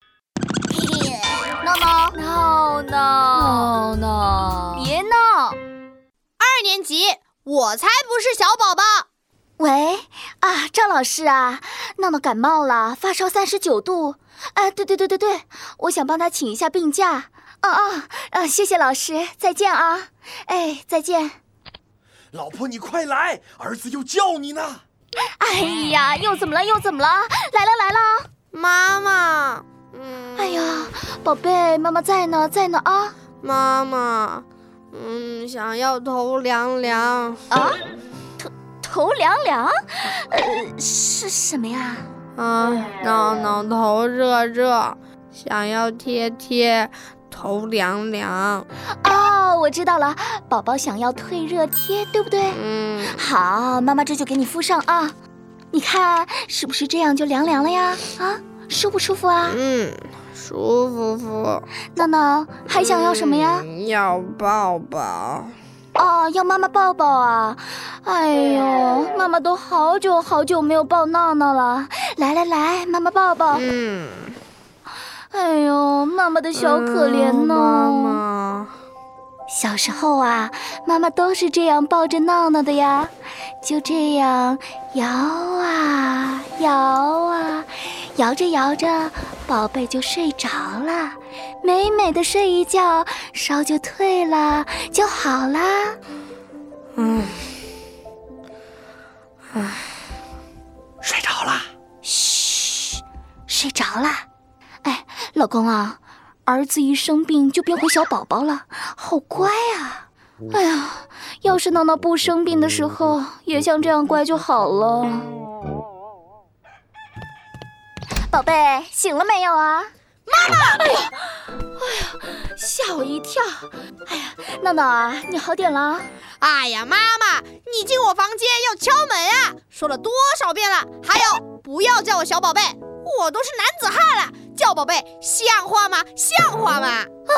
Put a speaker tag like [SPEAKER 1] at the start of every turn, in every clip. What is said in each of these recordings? [SPEAKER 1] 我才不是小宝宝！
[SPEAKER 2] 喂，啊，赵老师啊，闹闹感冒了，发烧三十九度。啊，对对对对对，我想帮他请一下病假。哦哦，嗯、啊，谢谢老师，再见啊！哎，再见。
[SPEAKER 3] 老婆，你快来，儿子又叫你呢。
[SPEAKER 2] 哎呀，又怎么了？又怎么了？来了来了！
[SPEAKER 1] 妈妈，嗯，
[SPEAKER 2] 哎呀，宝贝，妈妈在呢，在呢啊！
[SPEAKER 1] 妈妈，嗯，想要头凉凉
[SPEAKER 2] 啊，头头凉凉，呃，是什么呀？
[SPEAKER 1] 啊，挠挠头热热，想要贴贴。头凉凉
[SPEAKER 2] 哦，我知道了，宝宝想要退热贴，对不对？
[SPEAKER 1] 嗯，
[SPEAKER 2] 好，妈妈这就给你敷上啊。你看是不是这样就凉凉了呀？啊，舒不舒服啊？
[SPEAKER 1] 嗯，舒服服。
[SPEAKER 2] 闹闹还想要什么哎呀？
[SPEAKER 1] 嗯、要抱抱。
[SPEAKER 2] 哦，要妈妈抱抱啊！哎呦，妈妈都好久好久没有抱闹闹了。来来来，妈妈抱抱。
[SPEAKER 1] 嗯。
[SPEAKER 2] 哎呦，妈妈的小可怜呢、
[SPEAKER 1] 哦嗯！妈妈，
[SPEAKER 2] 小时候啊，妈妈都是这样抱着闹闹的呀，就这样摇啊摇啊，摇着摇着，宝贝就睡着了，美美的睡一觉，烧就退了就好啦。
[SPEAKER 1] 嗯，
[SPEAKER 3] 唉，睡着了。
[SPEAKER 2] 嘘，睡着了。哎，老公啊，儿子一生病就变回小宝宝了，好乖啊！哎呀，要是闹闹不生病的时候也像这样乖就好了。宝贝，醒了没有啊？
[SPEAKER 1] 妈妈，
[SPEAKER 2] 哎呀，哎呀，吓我一跳！哎呀，闹闹啊，你好点了？
[SPEAKER 1] 哎呀，妈妈，你进我房间要敲门啊！说了多少遍了？还有，不要叫我小宝贝，我都是男子汉了。叫宝贝，像话吗？像话吗？啊！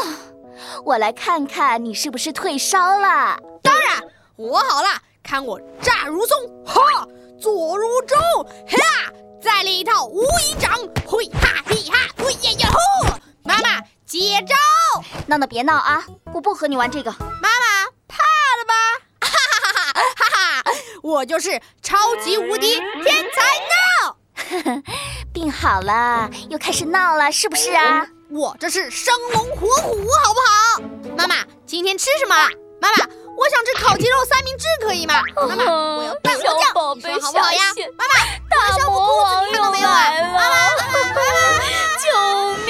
[SPEAKER 2] 我来看看你是不是退烧了。
[SPEAKER 1] 当然，我好了，看我炸如松，哈，左如钟，哈，再练一套无影掌，嘿哈嘿哈，嘿呀呀呼！妈妈接招！
[SPEAKER 2] 闹闹别闹啊！我不和你玩这个。
[SPEAKER 1] 妈妈怕了吧？哈哈哈哈哈哈！我就是超级无敌天才闹。
[SPEAKER 2] 病好了，又开始闹了，是不是啊？
[SPEAKER 1] 我这是生龙活虎，好不好？妈妈，今天吃什么？妈妈，我想吃烤鸡肉三明治，可以吗？妈妈，我要蛋黄酱，
[SPEAKER 4] 哦宝
[SPEAKER 1] 贝你说好不好呀？妈妈，
[SPEAKER 4] 大魔王又
[SPEAKER 1] 啊来了，妈妈，妈妈，
[SPEAKER 4] 救命！